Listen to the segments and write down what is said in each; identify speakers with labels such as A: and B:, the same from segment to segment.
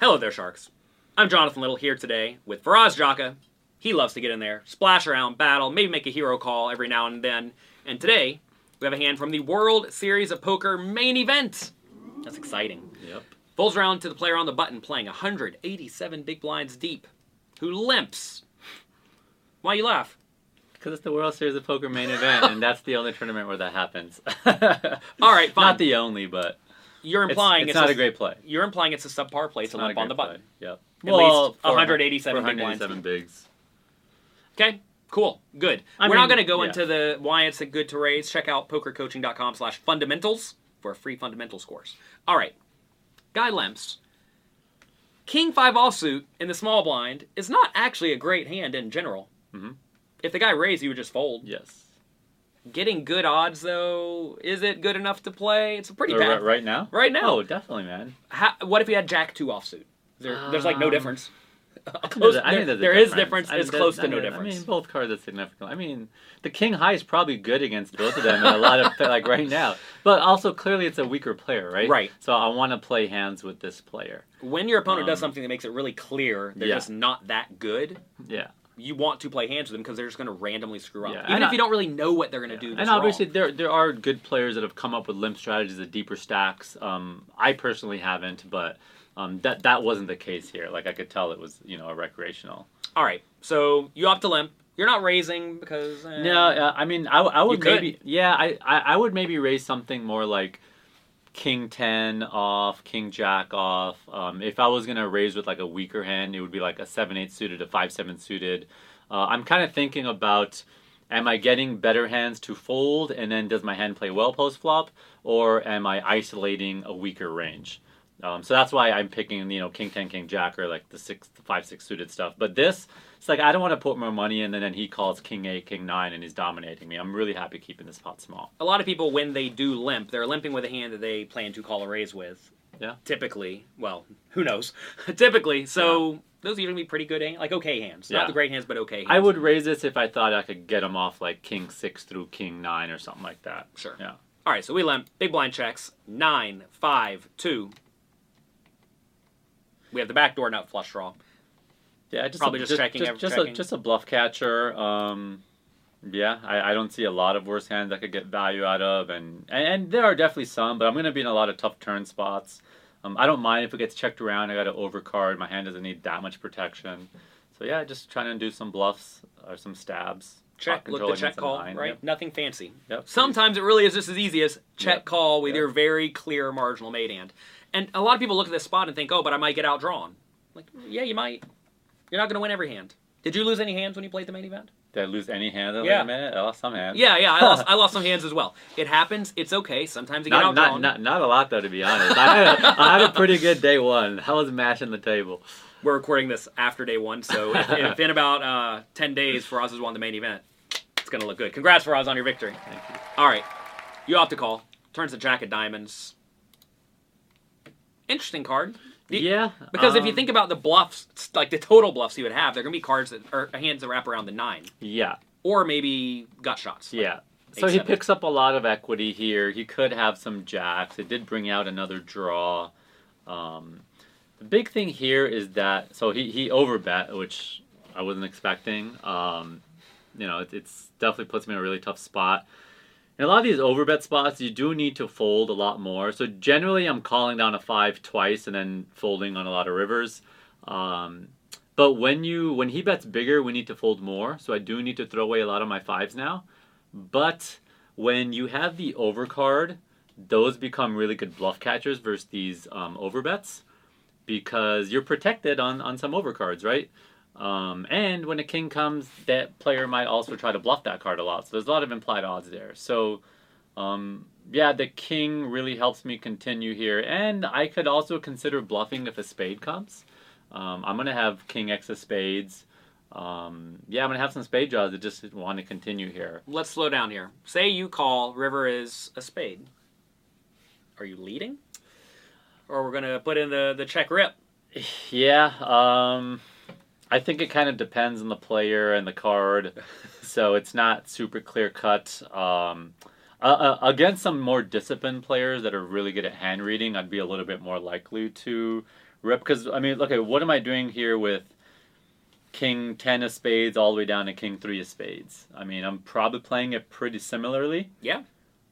A: Hello there, sharks. I'm Jonathan Little here today with Faraz Jaka. He loves to get in there, splash around, battle, maybe make a hero call every now and then. And today, we have a hand from the World Series of Poker main event. That's exciting.
B: Yep.
A: Folds around to the player on the button playing 187 big blinds deep, who limps. Why you laugh?
B: Because it's the World Series of Poker main event, and that's the only tournament where that happens.
A: All right, fine.
B: Not the only, but
A: You're
B: it's,
A: implying
B: it's not a
A: a,
B: great play.
A: You're implying it's a subpar play
B: It's
A: to
B: not a
A: limp on
B: great
A: the button.
B: Play. Yep.
A: At least
B: for-
A: 187
B: for
A: big blinds.
B: 187 bigs.
A: Okay, cool, good.
B: I
A: We're
B: mean,
A: not going to go
B: yeah.
A: into the why it's a good to raise. Check out pokercoaching.com slash fundamentals for free fundamentals course. All right, Guy Lemps. King 5 offsuit in the small blind is not actually a great hand in general.
B: Mhm.
A: If the guy raised, you would just fold.
B: Yes.
A: Getting good odds, though, is it good enough to play? It's pretty
B: Or
A: bad.
B: Uh, right, right now?
A: Right now.
B: Oh, definitely, man.
A: Ha- what if he had Jack 2 offsuit? There, there's like no
B: Um,
A: difference.
B: There's
A: Close,
B: a- I
A: there
B: think there's a
A: there is difference.
B: difference. I
A: It's
B: mean,
A: close
B: that-
A: to
B: I
A: no
B: mean,
A: difference.
B: I mean, both cards are significant. I mean, the king high is probably good against both of them in a lot of like right now, but also clearly it's a weaker player, right?
A: Right.
B: So I want to play hands with this player.
A: when your opponent does
B: Um,
A: something that makes it really clear they're
B: Yeah.
A: just not that good,
B: Yeah.
A: you want to play hands with them because they're just going to randomly screw up.
B: Yeah,
A: Even
B: and
A: if
B: I-
A: you don't really know what they're going to do.
B: and
A: that's
B: obviously,
A: wrong.
B: there there are good players that have come up with limp strategies, the deeper stacks. Um, I personally haven't, but um, that that wasn't the case here. Like I could tell it was you know a recreational.
A: all right. So you opt to limp. You're not raising because eh,
B: No, uh, I mean I, w- I would
A: could.
B: maybe yeah I, I I would maybe raise something more like king ten off, king jack off. Um, if I was gonna raise with like a weaker hand, it would be like a seven eight suited, a five seven suited. Uh, I'm kind of thinking about. Am I getting better hands to fold, and then does my hand play well post flop, or am I isolating a weaker range? Um, so that's why I'm picking, you know, king ten, king jack, or like the six, the five, six suited stuff. But this, it's like I don't want to put more money in, and then he calls king eight, king nine, and he's dominating me. I'm really happy keeping this pot small.
A: a lot of people when they do limp, they're limping with a hand that they plan to call a raise with.
B: Yeah.
A: Typically, well, who knows? Typically, so those are going to be pretty good, hand, like okay hands, not
B: Yeah.
A: the great hands, but okay. hands.
B: I would raise this if I thought I could get him off like king six through king nine or something like that.
A: Sure.
B: Yeah.
A: All right, so we limp. Big blind checks. Nine, five, two. We have the back door nut flush draw.
B: Yeah, just
A: Probably
B: a,
A: just checking every-
B: just
A: checking.
B: a just a bluff catcher. Um, yeah, I, I don't see a lot of worse hands I could get value out of, and, and and there are definitely some, but I'm gonna be in a lot of tough turn spots. Um, I don't mind if it gets checked around. I got an overcard. My hand doesn't need that much protection. So yeah, just trying to do some bluffs or some stabs. uh,
A: Check,
B: Pot
A: look
B: control
A: the check
B: against a
A: call,
B: nine.
A: right?
B: Yep.
A: Nothing fancy.
B: Yep.
A: Sometimes it really is just as easy as check
B: Yep.
A: call with
B: Yep.
A: your very clear marginal mate hand. And a lot of people look at this spot and think, oh, but I might get outdrawn. Like, yeah, you might. You're not going to win every hand. Did you lose any hands when you played the main event?
B: Did I lose any hands? Wait
A: Yeah.
B: a minute. I lost some hands.
A: Yeah, yeah, I lost, I lost some hands as well. It happens. It's okay. Sometimes you get
B: Not,
A: outdrawn.
B: not, not, not a lot though, to be honest. I had, a, I had a pretty good day one. I was mashing the table.
A: We're recording this after day one, so if, if in about uh, 10 days Faraz has won the main event, it's going to look good. Congrats, Faraz, on your victory.
B: Thank you.
A: All right, you opt to call. Turns the jack of diamonds. Interesting card. The-
B: yeah,
A: Because if you
B: um,
A: think about the bluffs, it's like the total bluffs he would have, they're going to be cards that or hands that wrap around the nine,
B: yeah,
A: or maybe gut shots.
B: Yeah.
A: Eight,
B: So he
A: seven.
B: picks up a lot of equity here. He could have some jacks. It did bring out another draw. Um, the big thing here is that so he he overbet, which I wasn't expecting. Um, you know, it, it's definitely puts me in a really tough spot. In a lot of these overbet spots, you do need to fold a lot more. So generally, I'm calling down a five twice and then folding on a lot of rivers. Um, but when you when he bets bigger, we need to fold more. So I do need to throw away a lot of my fives now. But when you have the overcard, those become really good bluff catchers versus these um, overbets because you're protected on on some overcards, right? Um, and when a king comes, that player might also try to bluff that card a lot. So there's a lot of implied odds there. So um, yeah, the king really helps me continue here, and I could also consider bluffing if a spade comes. Um, I'm gonna have king x of spades. Um, yeah, I'm gonna have some spade draws that just want to continue here.
A: Let's slow down here. Say you call, river is a spade. Are you leading? Or we're going to put in the, the check rip.
B: Yeah, um, I think it kind of depends on the player and the card, so it's not super clear cut. Um, uh, uh, against some more disciplined players that are really good at hand reading, I'd be a little bit more likely to Rip, because I mean, okay, what am I doing here with King ten of spades all the way down to King three of spades? I mean, I'm probably playing it pretty similarly.
A: Yeah.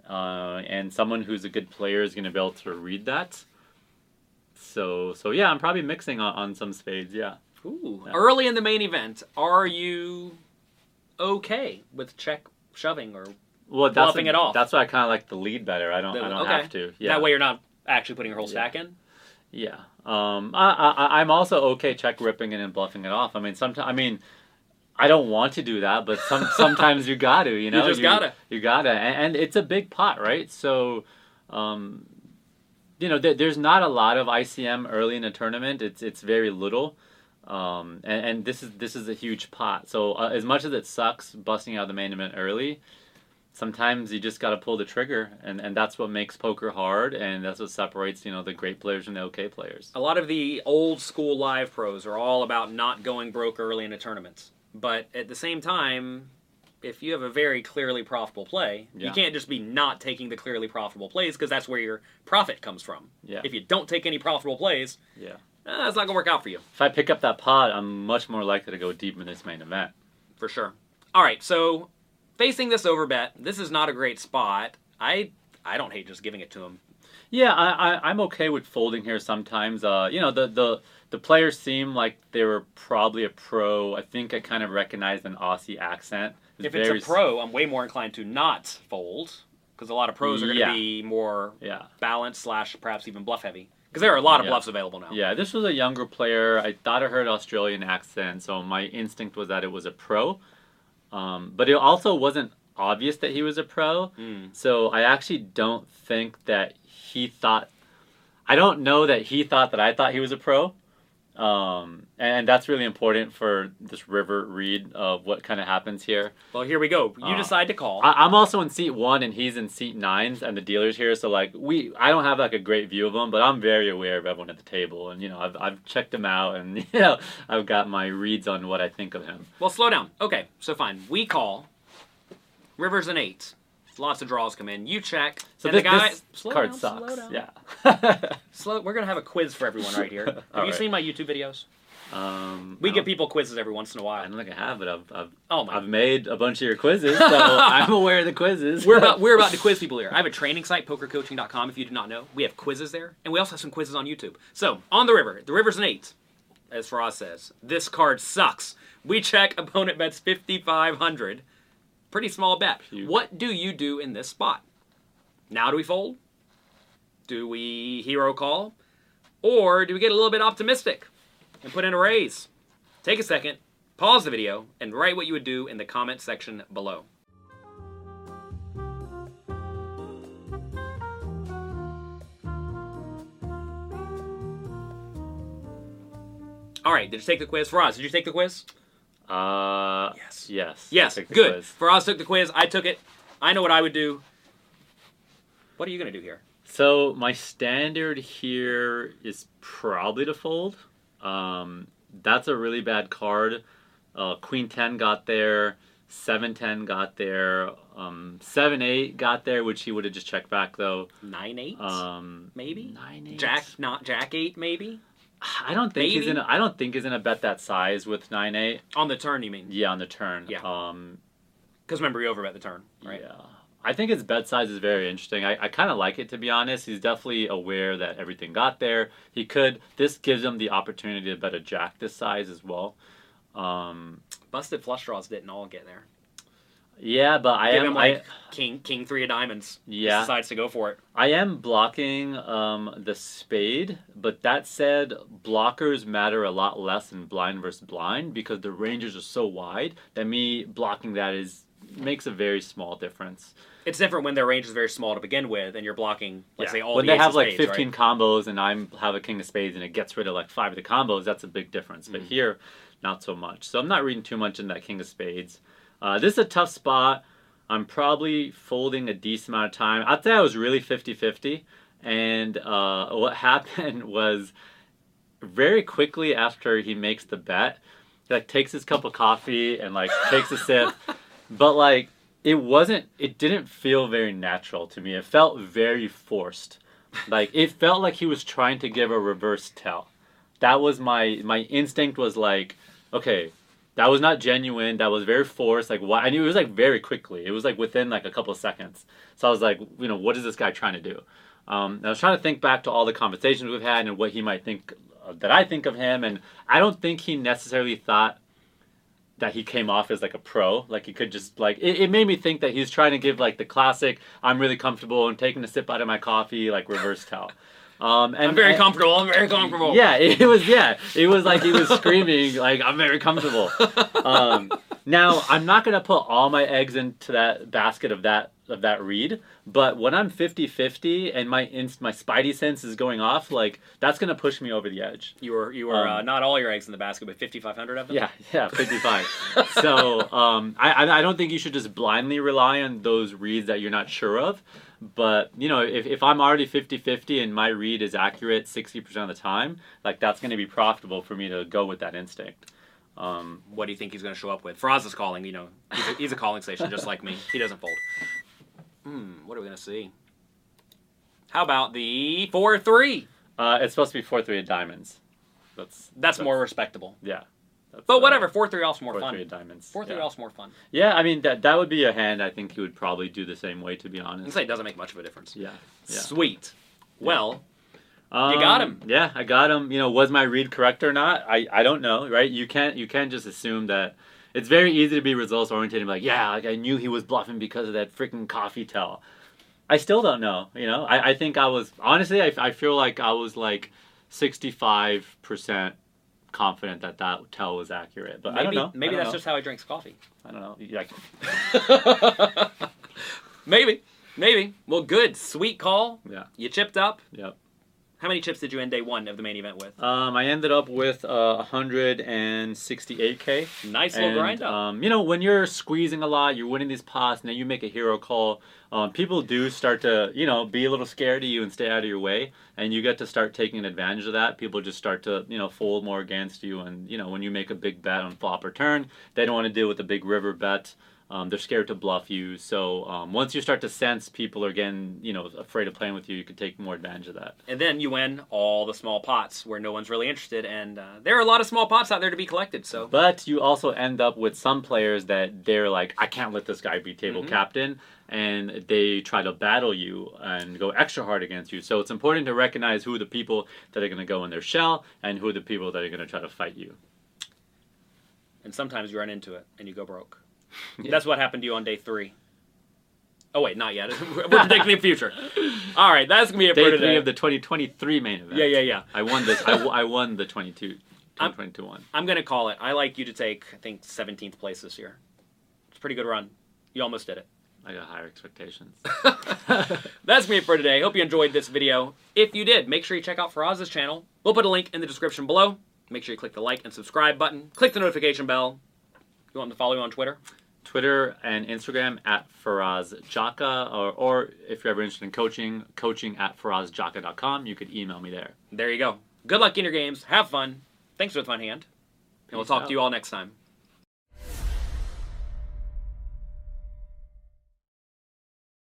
B: Uh, and someone who's a good player is going to be able to read that. So, so yeah, I'm probably mixing on, on some spades. Yeah.
A: Ooh.
B: Yeah.
A: Early in the main event, are you okay with check shoving or
B: Well, that's
A: Bluffing it
B: what-
A: off.
B: That's why I kind of like the lead better. I don't.
A: The-
B: I don't
A: okay.
B: have to. Yeah.
A: that way you're not actually putting your whole stack in?
B: Yeah. Um, I, I, I'm also okay check ripping it and bluffing it off. I mean, sometimes, I mean, I don't want to do that, but some, sometimes you got to, you know,
A: just gotta.
B: you gotta, and, and it's a big pot, right? So, um, you know, there, there's not a lot of ICM early in the tournament. It's it's very little, um, and, and this is this is a huge pot. So uh, as much as it sucks busting out the main event early, sometimes you just got to pull the trigger, and, and that's what makes poker hard, and that's what separates you know the great players from the okay players.
A: A lot of the old school live pros are all about not going broke early in a tournament. But at the same time, if you have a very clearly profitable play, you
B: Yeah.
A: can't just be not taking the clearly profitable plays because that's where your profit comes from.
B: Yeah,
A: If you don't take any profitable plays,
B: yeah.
A: eh, that's not going to work out for you,
B: If I pick up that pot, I'm much more likely to go deep in this main event.
A: for sure. All right, so facing this overbet, this is not a great spot. I I don't hate just giving it to him.
B: Yeah, I, I I'm okay with folding here sometimes. Uh, you know the the the players seem like they were probably a pro. I think I kind of recognized an Aussie accent.
A: If
B: very
A: it's
B: s-
A: a pro, I'm way more inclined to not fold because a lot of pros are going to
B: Yeah.
A: be more
B: yeah,
A: balance slash perhaps even bluff heavy because there are a lot of
B: Yeah.
A: bluffs available now.
B: yeah. This was a younger player. I thought I heard Australian accent, so my instinct was that it was a pro. Um, but it also wasn't obvious that he was a pro.
A: Mm.
B: So I actually don't think that he thought. I don't know that he thought that I thought he was a pro, um, and that's really important for this river read of what kind of happens here.
A: Well, here we go. You
B: Uh,
A: decide to call.
B: I, I'm also in seat one, and he's in seat nine, and the dealer's here. So like we, I don't have like a great view of him, but I'm very aware of everyone at the table, and you know I've I've checked him out, and you know I've got my reads on what I think of him.
A: well, slow down. Okay, so fine. We call. Rivers an eight. Lots of draws come in. You check.
B: So
A: and
B: this,
A: the guy
B: this
A: slow
B: card
A: down,
B: sucks.
A: Slow down.
B: Yeah.
A: Slow. We're gonna have a quiz for everyone right here. Have
B: All
A: you
B: right.
A: seen my YouTube videos?
B: um,
A: We
B: I
A: give
B: don't-
A: people quizzes every once in a
B: I
A: while.
B: don't think I have, but I've, I've
A: Oh my.
B: I've made a bunch of your quizzes, so I'm aware of the quizzes.
A: We're about we're about to quiz people here. I have a training site, pokercoaching.com. If you do not know, we have quizzes there, and we also have some quizzes on YouTube. So on the river, the river's an eight, as Faraz says. This card sucks. We check. Opponent bets fifty five hundred. Pretty small bet.
B: Puke.
A: What do you do in this spot? Now do we fold? Do we hero call, or do we get a little bit optimistic and put in a raise? Take a second, pause the video, and write what you would do in the comment section below. All right, did you take the quiz? Faraz, did you take the quiz?
B: Uh,
A: Yes.
B: Yes.
A: Yes,
B: Take the
A: good.
B: quiz.
A: Faraz took the quiz. I took it. I know what I would do. What are you going to do here?
B: So my standard here is probably to fold. Um, that's a really bad card. Uh, Queen ten got there. Seven ten got there. Um, seven eight got there, which he would have just checked back though.
A: 9 8?
B: Um,
A: maybe?
B: nine eight.
A: Jack, not Jack 8, maybe?
B: I don't think he's
A: Maybe.
B: gonna. I don't think he's gonna bet that size with nine eight.
A: On the turn, you mean?
B: Yeah, on the turn.
A: Yeah.
B: Um,
A: Because remember, you overbet the turn, right?
B: Yeah. I think his bed size is very interesting. I, I kind of like it, to be honest. He's definitely aware that everything got there. He could. This gives him the opportunity to bet a jack this size as well. Um,
A: Busted flush draws didn't all get there.
B: yeah, but I
A: Give
B: am.
A: him like
B: I,
A: king, king three of diamonds. Just
B: Yeah.
A: decides to go for it.
B: I am blocking um, the spade, but that said, blockers matter a lot less in blind versus blind because the ranges are so wide that me blocking that is makes a very small difference.
A: It's different when their range is very small to begin with, and you're blocking, like say, all
B: when
A: the
B: they
A: ace
B: have
A: of
B: like
A: spades,
B: 15 combos and I have a king of spades and it gets rid of like five of the combos, that's a big difference. But
A: Mm-hmm.
B: here, not so much. So I'm not reading too much in that king of spades. Uh, this is a tough spot. I'm probably folding a decent amount of time. I'd say I was really 50 50. And uh, what happened was very quickly after he makes the bet, he like takes his cup of coffee and like takes a sip. But like it wasn't it didn't feel very natural to me. It felt very forced. Like it felt like he was trying to give a reverse tell. that was my my instinct was like, okay, that was not genuine. That was very forced. Like why? I knew it was like very quickly. It was like within like a couple of seconds. So I was like, you know, what is this guy trying to do? Um, and I was trying to think back to all the conversations we've had and what he might think uh, that I think of him, and I don't think he necessarily thought that he came off as like a pro. Like he could just like it, it made me think that he's trying to give like the classic "I'm really comfortable and taking a sip out of my coffee" like reverse towel. Um, and
A: I'm very
B: and-
A: comfortable. I'm very comfortable.
B: yeah, it was. Yeah, it was like he was screaming, like I'm very comfortable. Um, now I'm not gonna put all my eggs into that basket of that of that read, but when I'm 50-50 and my inst- my spidey sense is going off, like that's gonna push me over the edge.
A: You were you were
B: Um,
A: uh, not all your eggs in the basket, but 5,500 of them.
B: Yeah, yeah, 55. so um, I, I I don't think you should just blindly rely on those reads that you're not sure of. But, you know, if, if I'm already 50 50 and my read is accurate 60% of the time, like that's going to be profitable for me to go with that instinct. Um,
A: What do you think he's going to show up with? Faraz is calling. You know, he's a, he's a calling station just like me. He doesn't fold. Hmm. What are we going to see? How about the four three?
B: uh, it's supposed to be 4 3 of diamonds. That's,
A: That's more respectable.
B: yeah. That's,
A: But
B: uh,
A: whatever, four three off's more
B: 4 3
A: fun.
B: of diamonds.
A: Four three
B: yeah.
A: off's more fun.
B: Yeah, I mean, that, that would be a hand I think he would probably do the same way, to be
A: I'd
B: honest.
A: say it doesn't make much of a difference.
B: Yeah. yeah.
A: Sweet. Well,
B: Um,
A: got him.
B: Yeah, I got him. You know, was my read correct or not? I, I don't know, right? You can't you can't just assume that. It's very easy to be results oriented and be like, yeah, like I knew he was bluffing because of that freaking coffee tell. I still don't know. You know, I, I think I was honestly, I, I feel like I was like sixty five percent confident that that tell was accurate, but
A: maybe
B: I don't know.
A: maybe
B: I don't
A: that's
B: know.
A: just how he drinks coffee.
B: I don't know. Yeah,
A: maybe, maybe. Well, good. Sweet call.
B: yeah,
A: You chipped up.
B: yeah.
A: How many chips did you end day one of the main event with?
B: Um, I ended up with uh, hundred and sixty eight k.
A: Nice little
B: And,
A: grind up.
B: Um, you know, when you're squeezing a lot, you're winning these pots, and then you make a hero call. Um, people do start to, you know, be a little scared of you and stay out of your way, and you get to start taking advantage of that. People just start to, you know, fold more against you, and you know, when you make a big bet on flop or turn, they don't want to deal with a big river bet. Um, they're scared to bluff you. So um, once you start to sense people are getting, you know, afraid of playing with you, you can take more advantage of that.
A: and then you win all the small pots where no one's really interested, and uh, there are a lot of small pots out there to be collected. So
B: But you also end up with some players that they're like, I can't let this guy be table
A: Mhm.
B: captain, and they try to battle you and go extra hard against you. So it's important to recognize who are the people that are going to go in their shell and who are the people that are going to try to fight you.
A: and sometimes you run into it and you go broke. That's what happened to you on day three. Oh wait, not yet. We're predicting the future. All right, that's gonna be it
B: Day
A: for
B: three
A: today.
B: of the 2023 main event.
A: yeah, yeah, yeah.
B: I won this. I, w- I won the 22,
A: I'm-
B: 2022 one.
A: I'm gonna call it. I like you to take, I think, 17th place this year. It's a pretty good run. You almost did it.
B: I got higher expectations.
A: That's me for today. Hope you enjoyed this video. If you did, make sure you check out Faraz's channel. We'll put a link in the description below. Make sure you click the like and subscribe button. Click the notification bell. You want them to follow you on Twitter?
B: Twitter and Instagram at Faraz Jaka, or, or if you're ever interested in coaching, coaching at FarazJaka.com. You could email me there.
A: There you go. Good luck in your games. Have fun. Thanks for the fun hand. And we'll
B: Peace
A: talk
B: out.
A: to you all next time.